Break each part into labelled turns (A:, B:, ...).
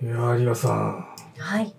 A: いやあリアさん
B: はい。
A: い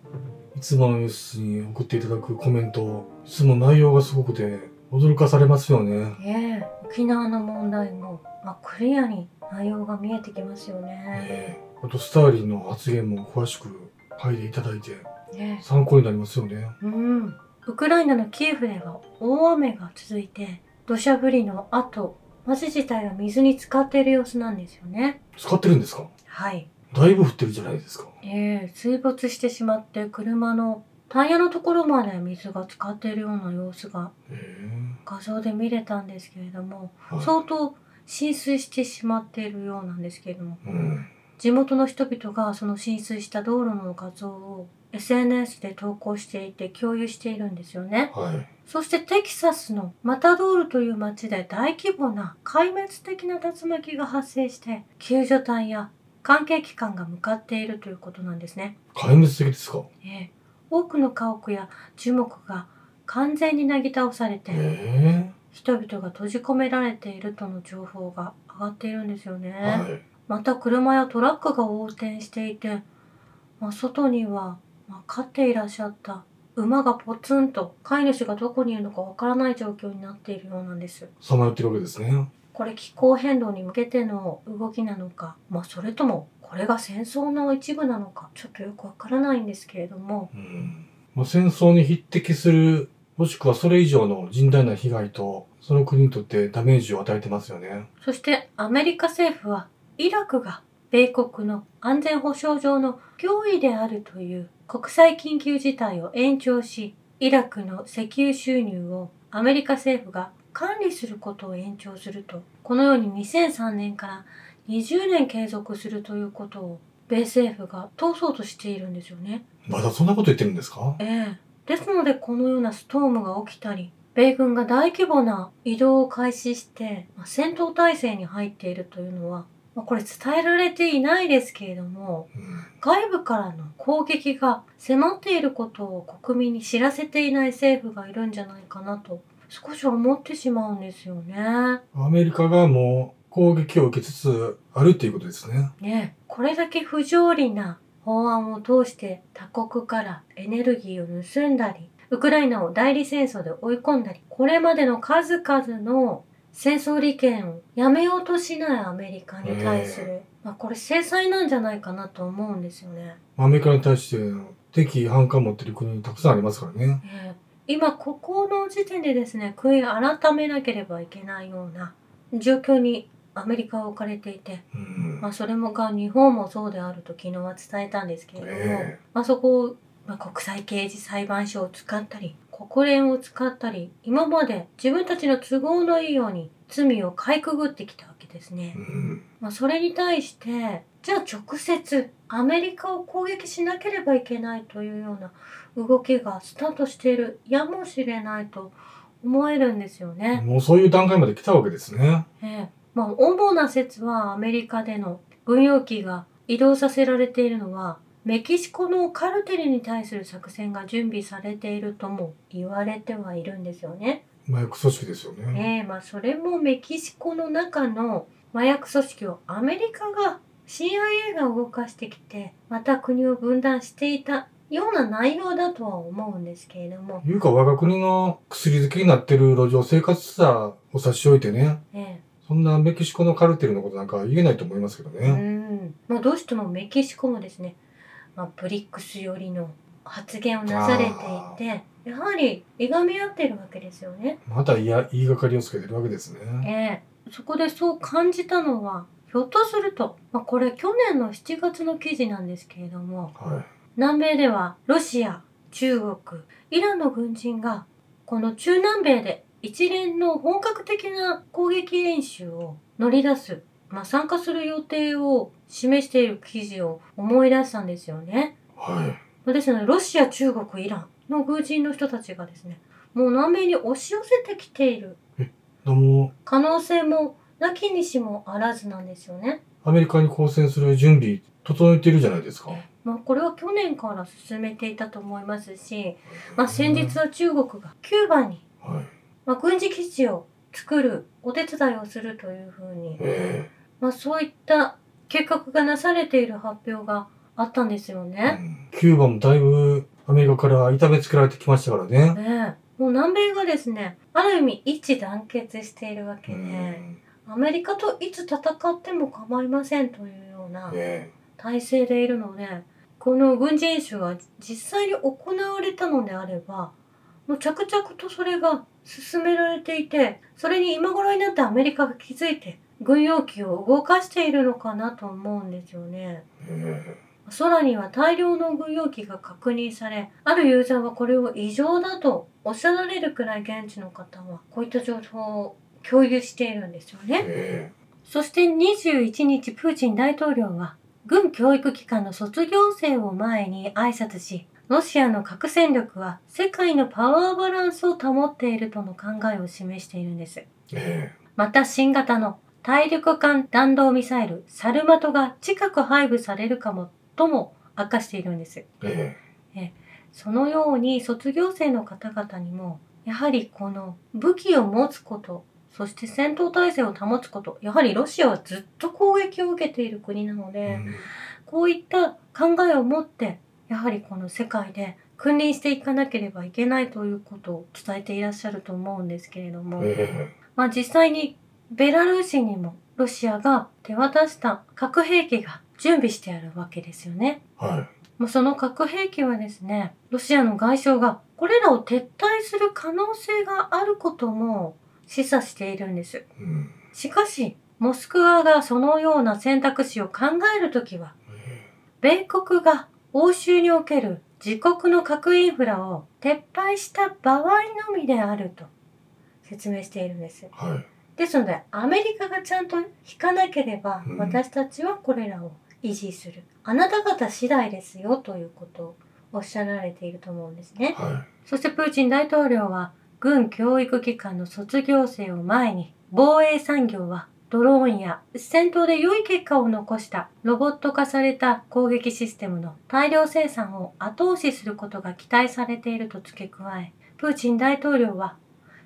A: つものニュースに送っていただくコメントいつも内容がすごくて驚かされますよね
B: ええ沖縄の問題も、まあ、クリアに内容が見えてきますよね。
A: ええあとスターリンの発言も詳しく書いていただいて
B: ね
A: 参考になりますよね
B: うん。ウクライナのキエフでは大雨が続いて、土砂降りの後、街自体が水に浸かっている様子なんですよね。
A: 使ってるんですか
B: はい。
A: だいぶ降ってるじゃないですか
B: ええ水没してしまって車のタイヤのところまで水が浸かっているような様子が
A: え
B: 画像で見れたんですけれども、
A: えはい
B: 相当浸水してしまっているようなんですけれども、
A: うん
B: 地元の人々がその浸水した道路の画像を SNS で投稿していて共有しているんですよね。
A: はい
B: そしてテキサスのマタドールという町で大規模な壊滅的な竜巻が発生して救助隊や関係機関が向かっているということなんですね。
A: 壊滅的ですか
B: ええ多くの家屋や樹木が完全になぎ倒されて
A: え
B: 人々が閉じ込められているとの情報が上がっているんですよね。
A: えはい
B: また車やトラックが横転していて、まあ、外には、まあ、飼っていらっしゃった馬がポツンと飼い主がどこにいるのかわからない状況になっているようなんです
A: さまよってるわけですね
B: これ気候変動に向けての動きなのか、まあ、それともこれが戦争の一部なのかちょっとよくわからないんですけれども
A: うんまあ、戦争に匹敵するもしくはそれ以上の甚大な被害とその国にとってダメージを与えてますよね
B: そしてアメリカ政府はイラクが米国の安全保障上の脅威であるという国際緊急事態を延長し、イラクの石油収入をアメリカ政府が管理することを延長すると、このように2003年から20年継続するということを米政府が通そうとしているんですよね。
A: まだそんなこと言ってるんですか
B: ええ。ですのでこのようなストームが起きたり、米軍が大規模な移動を開始して、まあ戦闘態勢に入っているというのは、まあこれ伝えられていないですけれども、
A: うん
B: 外部からの攻撃が迫っていることを国民に知らせていない政府がいるんじゃないかなと、少し思ってしまうんですよね。
A: アメリカがもう攻撃を受けつつあるっていうことですね
B: ねえこれだけ不条理な法案を通して他国からエネルギーを盗んだり、ウクライナを代理戦争で追い込んだり、これまでの数々の戦争利権をやめようとしないアメリカに対する、まあこれ制裁なんじゃないかなと思うんですよね。
A: アメリカに対して敵意反感持ってる国たくさんありますからね
B: えー今ここの時点でですね悔い改めなければいけないような状況にアメリカは置かれていて、
A: うん
B: まあ、それもが日本もそうであると昨日は伝えたんですけれども、
A: え
B: まあ、そこを、まあ、国際刑事裁判所を使ったり国連を使ったり今まで自分たちの都合のいいように罪をかいくぐってきたわけですね
A: え。うん
B: まあ、それに対してじゃあ直接アメリカを攻撃しなければいけないというような動きがスタートしているやもしれないと思えるんですよね。
A: もうそういう段階まで来たわけですね
B: ええまあ、主な説はアメリカでの軍用機が移動させられているのはメキシコのカルテルに対する作戦が準備されているとも言われてはいるんですよね。
A: 麻薬組織ですよね
B: ええまあそれもメキシコの中の麻薬組織をアメリカが CIA が動かしてきてまた国を分断していたような内容だとは思うんですけれども、
A: いうか我が国の薬漬けになってる路上生活者を差し置いてね
B: え
A: そんなメキシコのカルテルのことなんか言えないと思いますけど
B: えう
A: ね。
B: んまあ、どうしてもメキシコもですね、まあ、ブリックス寄りの発言をなされていてやはりいがみ合ってるわけですよね。
A: また言いや言いがかりをつけてるわけですね。
B: ええそこでそう感じたのはひょっとすると、まあ、これ去年の7月の記事なんですけれども、
A: は
B: 南米ではロシア、中国、イランの軍人がこの中南米で一連の本格的な攻撃演習を乗り出す、まあ、参加する予定を示している記事を思い出したんですよね。
A: い。はい。
B: ですので、ロシア、中国、イランの軍人の人たちがですね、もう南米に押し寄せてきている
A: どうも、
B: 可能性もなきにしもあらずなんですよね。
A: アメリカに抗戦する準備、整えているじゃないですか。
B: まあ、これは去年から進めていたと思いますし、まあ、先日は中国がキューバに、
A: はい。
B: まあ、軍事基地を作るお手伝いをするというふうに、
A: え
B: まあ、そういった計画がなされている発表があったんですよ
A: う
B: ね。
A: んキューバもだいぶアメリカから痛めつけられてきましたからね。
B: ねえもう南米がですね、ある意味一致団結しているわけ
A: う
B: で、
A: んね
B: アメリカといつ戦っても構いませんというような
A: え
B: 体制でいるので、この軍事演習が実際に行われたのであれば、もう着々とそれが進められていて、それに今頃になってアメリカが気づいて、軍用機を動かしているのかなと思うんですよね。
A: ねえ
B: 空には大量の軍用機が確認され、あるユーザーはこれを異常だとおっしゃられるくらい現地の方はこういった情報を共有しているんですよね。
A: え
B: そして21日プーチン大統領は軍教育機関の卒業生を前に挨拶し、ロシアの核戦力は世界のパワーバランスを保っているとの考えを示しているんです。
A: ええ
B: また新型の大陸間弾道ミサイルサルマトが近く配布されるかもとも明かしているんです。
A: ええ
B: そのように卒業生の方々にもやはりこの武器を持つことそして戦闘態勢を保つことやはりロシアはずっと攻撃を受けている国なの
A: え
B: で、こういった考えを持ってやはりこの世界で君臨していかなければいけないということを伝えていらっしゃると思うんですけれども、
A: ええ
B: まあ、実際にベラルーシにもロシアが手渡した核兵器が準備してあるわけですよね。
A: は
B: もうその核兵器はですね、ロシアの外相がこれらを撤退する可能性があることも示唆しているんです。
A: い。うん
B: しかし、モスクワがそのような選択肢を考えるときは、
A: え
B: 米国が欧州における自国の核インフラを撤廃した場合のみであると説明しているんです。
A: えはい。
B: ですのでアメリカがちゃんと引かなければ、
A: うん
B: 私たちはこれらを維持するあなた方次第ですよということをおっしゃられていると思うんですね
A: は
B: そしてプーチン大統領は軍教育機関の卒業生を前に防衛産業はドローンや戦闘で良い結果を残したロボット化された攻撃システムの大量生産を後押しすることが期待されていると付け加えプーチン大統領は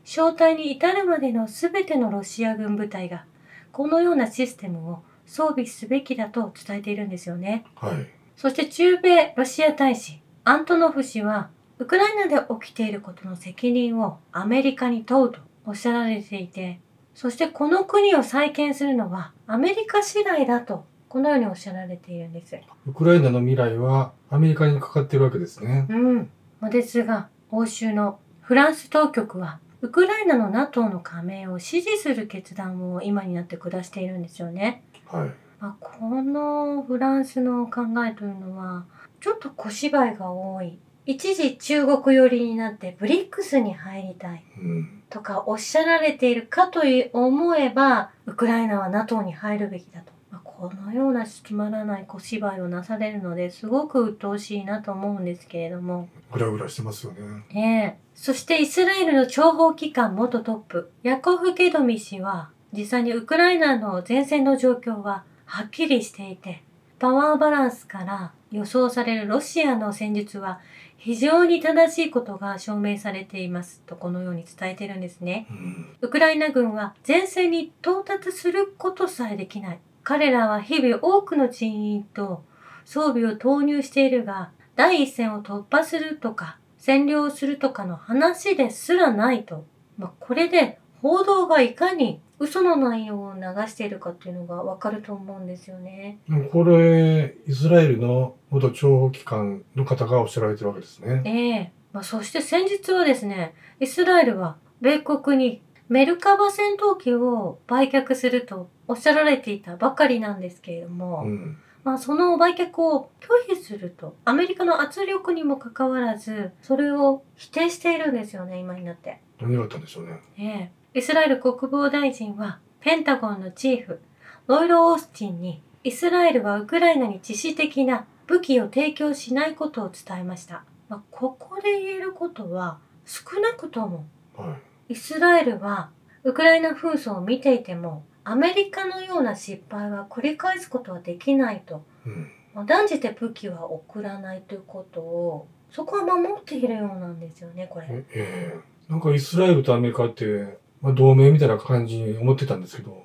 B: 正体に至るまでの全てのロシア軍部隊がこのようなシステムを装備すべきだと伝えているんですよね。
A: い。はい。
B: そして中米ロシア大使アントノフ氏はウクライナで起きていることの責任をアメリカに問うとおっしゃられていてそしてこの国を再建するのはアメリカ次第だとこのようにおっしゃられているんです。
A: ウクライナの未来はアメリカにかかってるわけですね。
B: うん、まあですが欧州のフランス当局はウクライナの NATO の加盟を支持する決断を今になって下しているんですよね。
A: はい。
B: まあ、このフランスの考えというのはちょっと小芝居が多い一時中国寄りになってブリックスに入りたい
A: うん。
B: とかおっしゃられているかと思えばウクライナは NATO に入るべきだと、まあ、このようなつまらない小芝居をなされるのですごく鬱陶しいなと思うんですけれども
A: ぐらぐらしてますよね。
B: ねえ。そしてイスラエルの諜報機関元トップ、ヤコフ・ケドミ氏は、実際にウクライナの前線の状況ははっきりしていて、パワーバランスから予想されるロシアの戦術は非常に正しいことが証明されていますとこのように伝えているんですね。
A: うん。
B: ウクライナ軍は前線に到達することさえできない。彼らは日々多くの人員と装備を投入しているが、第一線を突破するとか、占領するとかの話ですらないと。まあ、これで報道がいかに嘘の内容を流しているかっていうのがわかると思うんですよね。
A: でもこれ、イスラエルの元諜報機関の方がおっしゃられてるわけですね。
B: ええまあ、そして先日はですね、イスラエルは米国にメルカバ戦闘機を売却するとおっしゃられていたばかりなんですけれども、
A: うん。
B: まあ、その売却を拒否すると、アメリカの圧力にもかかわらず、それを否定しているんですよね、今になって。
A: 何があったんでしょうね。
B: ええ、イスラエル国防大臣はペンタゴンのチーフロイド・オースティンにイスラエルはウクライナに致死的な武器を提供しないことを伝えました、まあ、ここで言えることは少なくとも
A: は
B: イスラエルはウクライナ紛争を見ていてもアメリカのような失敗は繰り返すことはできないと、
A: い。うん。
B: まあ、断じて武器は送らないということをそこは守っているようなんですよねこれ。
A: ええなんかイスラエルとアメリカって、まあ、同盟みたいな感じに思ってたんですけど、
B: うん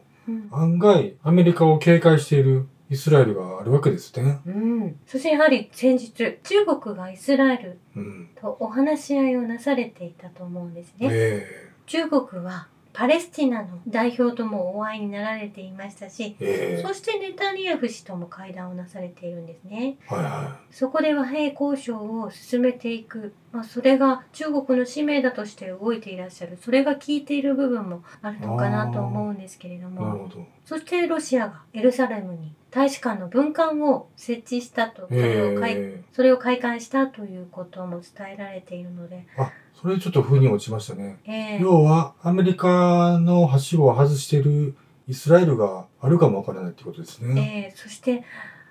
A: 案外アメリカを警戒しているイスラエルがあるわけですね。
B: うん。そしてやはり先日、中国がイスラエル
A: うん。
B: とお話し合いをなされていたと思うんですね。
A: え
B: 中国はパレスチナの代表ともお会いになられていましたし、
A: ええ
B: そしてネタニヤフ氏とも会談をなされているんですね。
A: えはいは
B: そこで和平交渉を進めていく、まあ、それが中国の使命だとして動いていらっしゃるそれが効いている部分もあるのかなと思うんですけれど
A: い。なるほ
B: も
A: ど。
B: そしてロシアがエルサレムに大使館の文館を設置したとそれを開、
A: え
B: それを開館したということも伝えられているので、
A: えあ、それちょっと腑に落ちましたね。
B: ええ
A: 要は、アメリカの橋を外してるイスラエルがあるかもわからないってことですね。
B: ええそして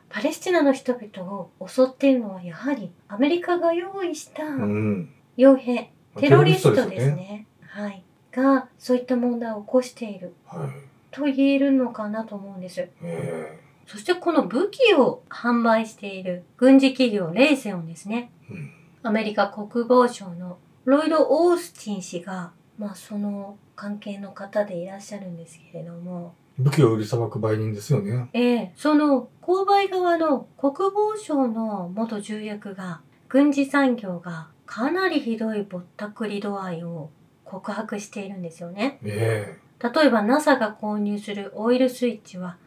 B: パレスチナの人々を襲っているのはやはりアメリカが用意した
A: うん。
B: 傭兵、テロリストですね。
A: よ。
B: はい。が、そういった問題を起こしている
A: はい。
B: と言えるのかなと思うんです。
A: え
B: そしてこの武器を販売している軍事企業レイセオンですね。
A: えうん。
B: アメリカ国防省のロイド・オースティン氏が、まあその関係の方でいらっしゃるんですけれども、
A: 武器を売りさばく売人ですよね。
B: ええその購買側の国防省の元重役が、軍事産業がかなりひどいぼったくり度合いを告白しているんですよね。
A: え
B: 例えば NASA が購入するオイルスイッチは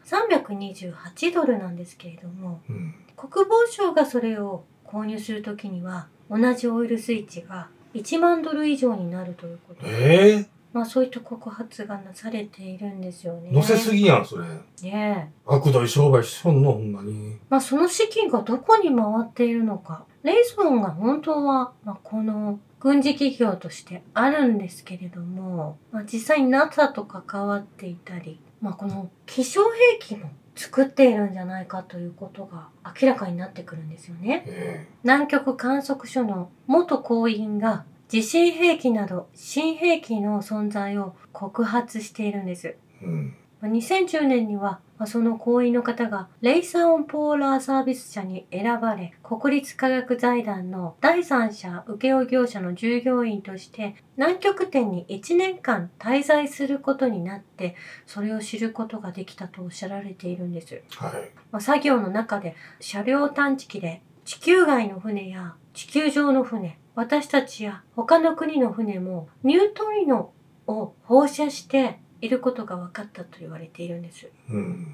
B: 328ドルなんですけれども
A: えうん。
B: 国防省がそれを購入するときには同じオイルスイッチが1万ドル以上になるということで、
A: え
B: まあ、そういった告発がなされているんですよね。
A: え乗せすぎやん、それ。
B: ねえ
A: 悪どい商売しそうの、ほんまに。
B: まあ、その資金がどこに回っているのかレイソンが本当は、まあ、この軍事企業としてあるんですけれども、まあ、実際に NASA と関わっていたり、まあ、この気象兵器も作っているんじゃないかということが明らかになってくるんですよね。
A: え
B: 南極観測所の元工員が地震兵器など新兵器の存在を告発しているんです。
A: えうん。
B: まあ2010年には、まあその行員の方がレイサーオンポーラーサービス社に選ばれ国立科学財団の第三者請負業者の従業員として南極点に1年間滞在することになってそれを知ることができたとおっしゃられているんです。
A: はい。
B: まあ、作業の中で車両探知機で地球外の船や地球上の船私たちや他の国の船もニュートリノを放射していることが分かったと言われているんです
A: うん。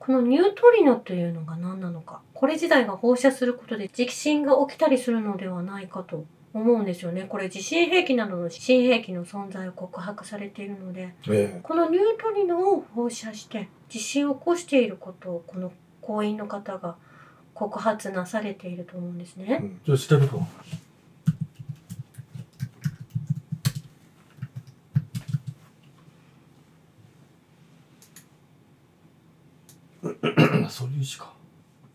B: このニュートリノというのが何なのかこれ自体が放射することで地震が起きたりするのではないかと思うんですよねこれ地震兵器などの新兵器の存在を告白されているので
A: え
B: このニュートリノを放射して地震を起こしていることをこの行員の方が告発なされていると思うんです
A: え
B: ね。
A: うん。ちょっと調べる わ。そういうしか。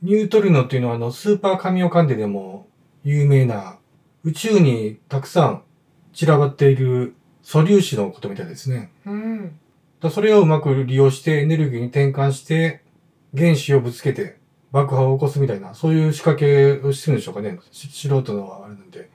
A: ニュートリノっていうのは、あの、スーパーカミオカンデでも有名な、宇宙にたくさん散らばっている素粒子のことみたいですね。
B: うん、
A: だそれをうまく利用してエネルギーに転換して原子をぶつけて爆破を起こすみたいな、そういう仕掛けをしてるんでしょうかね。し素人のあれなんで、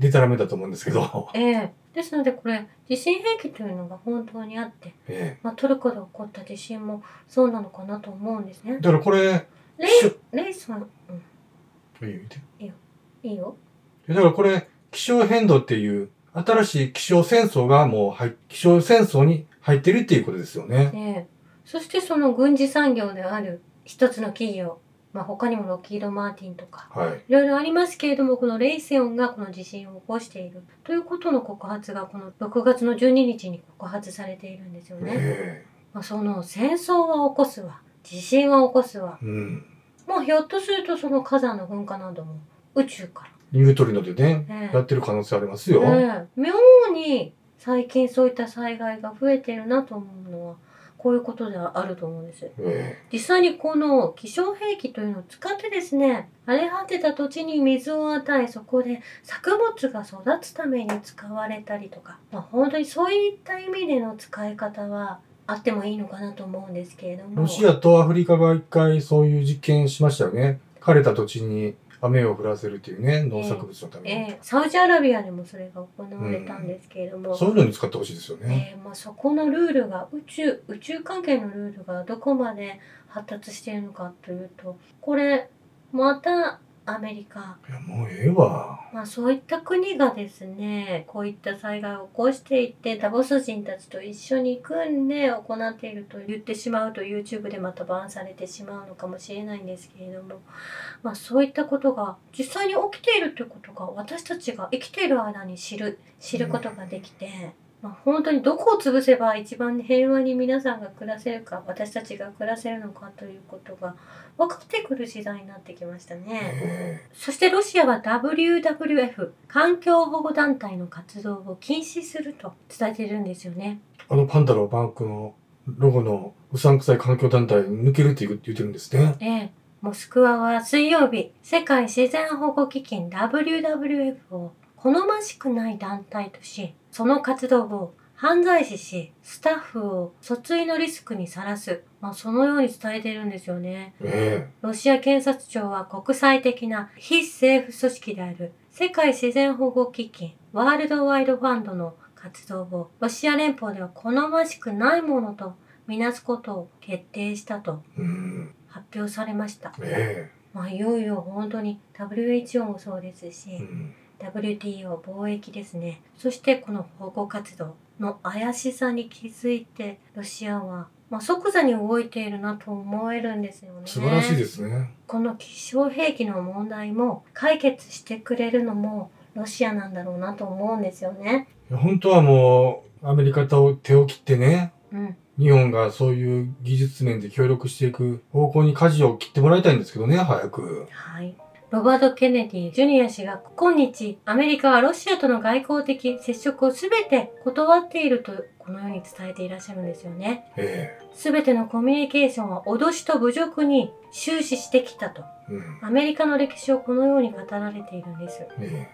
A: デタラメだと思うんですけど。
B: ええですのでこれ地震兵器というのが本当にあって、
A: え
B: まあ、トルコで起こった地震もそうなのかなと思うんですね
A: え。。だからこれ、
B: レ
A: し
B: イ
A: ゅ
B: レイさん、うん、
A: いい見て
B: いいよ。
A: だからこれ、気象変動っていう、新しい気象戦争がもう入っ、気象戦争に入ってるっていうことですよね。
B: ええそしてその軍事産業である一つの企業、まあ、他にもロッキード・マーティンとか
A: はい。
B: いろいろありますけれども、このレイセオンがこの地震を起こしているということの告発が、この6月の12日に告発されているんですよね。
A: え
B: まあ、その戦争は起こすわ、地震は起こすわ。
A: えうん。
B: もうひょっとするとその火山の噴火なども宇宙か
A: ニュートリノでね、
B: ら。ね
A: やってる可能性ありますよ。
B: ね妙に最近そういった災害が増えてるなと思うのは、こういうことではあると思うんです。
A: え
B: 実際にこの気象兵器というのを使ってですね荒れ果てた土地に水を与えそこで作物が育つために使われたりとか、まあ、本当にそういった意味での使い方はあってもいいのかなと思うんですけれど
A: え
B: も
A: ロシアとアフリカが一回そういう実験しましたよね。枯れた土地に雨を降らせるっていうね、農作物のために。
B: ええサウジアラビアでもそれが行われたんですけれども、
A: そういうのに使ってほしいですよね。
B: えーまあ、そこのルールが宇宙宇宙関係のルールがどこまで発達しているのかというとこれまたアメリカ、
A: いや、もうええわ。
B: まあ、そういった国がですねこういった災害を起こしていってダボス人たちと一緒に組んで行っていると言ってしまうと YouTube でまたバンされてしまうのかもしれないんですけれども、まあ、そういったことが実際に起きているということが私たちが生きている間に知る知ることができて。まあ、本当にどこを潰せば一番平和に皆さんが暮らせるか私たちが暮らせるのかということが分かってくる時代になってきましたね。
A: え
B: そしてロシアは WWF 環境保護団体の活動を禁止すると伝えているんですよね。
A: えあのパンダのバンクのロゴのうさんくさい環境団体抜けるって言う言ってるんですね。
B: ええ、モスクワは水曜日世界自然保護基金 WWF を好ましくない団体としその活動を犯罪視しスタッフを訴追のリスクにさらす、まあ、そのように伝えているんですよね。
A: え
B: ロシア検察庁は国際的な非政府組織である世界自然保護基金ワールドワイドファンドの活動をロシア連邦では好ましくないものとみなすことを決定したと
A: えうん。
B: 発表されました。
A: え
B: まあ、いよいよ本当に WHO もそうですし、
A: えうん。
B: WTO 貿易ですねそしてこの保護活動の怪しさに気づいてロシアは、まあ、即座に動いているなと思えるんですよね
A: 素晴らしいですね。
B: この希少兵器の問題も解決してくれるのもロシアなんだろうなと思うんですよね。
A: いや本当はもう、アメリカと手を切ってね、
B: うん、
A: 日本がそういう技術面で協力していく方向に舵を切ってもらいたいんですけどね、早く。
B: はい。ロバート・ケネディ・ジュニア氏が今日アメリカはロシアとの外交的接触を全て断っているとこのように伝えていらっしゃるんですよね。
A: え
B: 全てのコミュニケーションは脅しと侮辱に終始してきたと
A: えうん。
B: アメリカの歴史をこのように語られているんです。
A: え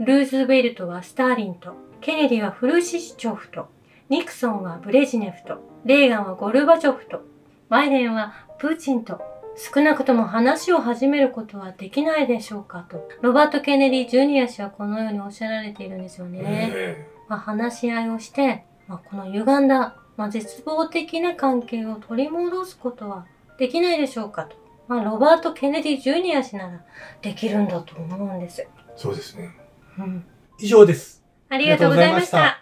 B: ルーズベルトはスターリンと、ケネディはフルシチョフと、ニクソンはブレジネフと、レーガンはゴルバチョフと、バイデンはプーチンと、少なくとも話を始めることはできないでしょうかと、ロバート・ケネディ・ジュニア氏はこのようにおっしゃられているんですよ
A: え
B: ね。
A: え
B: まあ、話し合いをして、まあ、この歪んだ、まあ、絶望的な関係を取り戻すことはできないでしょうかと、まあ、ロバート・ケネディ・ジュニア氏ならできるんだと思うんです。
A: えそうですね。
B: うん
A: 以上です。
B: ありがとうございました。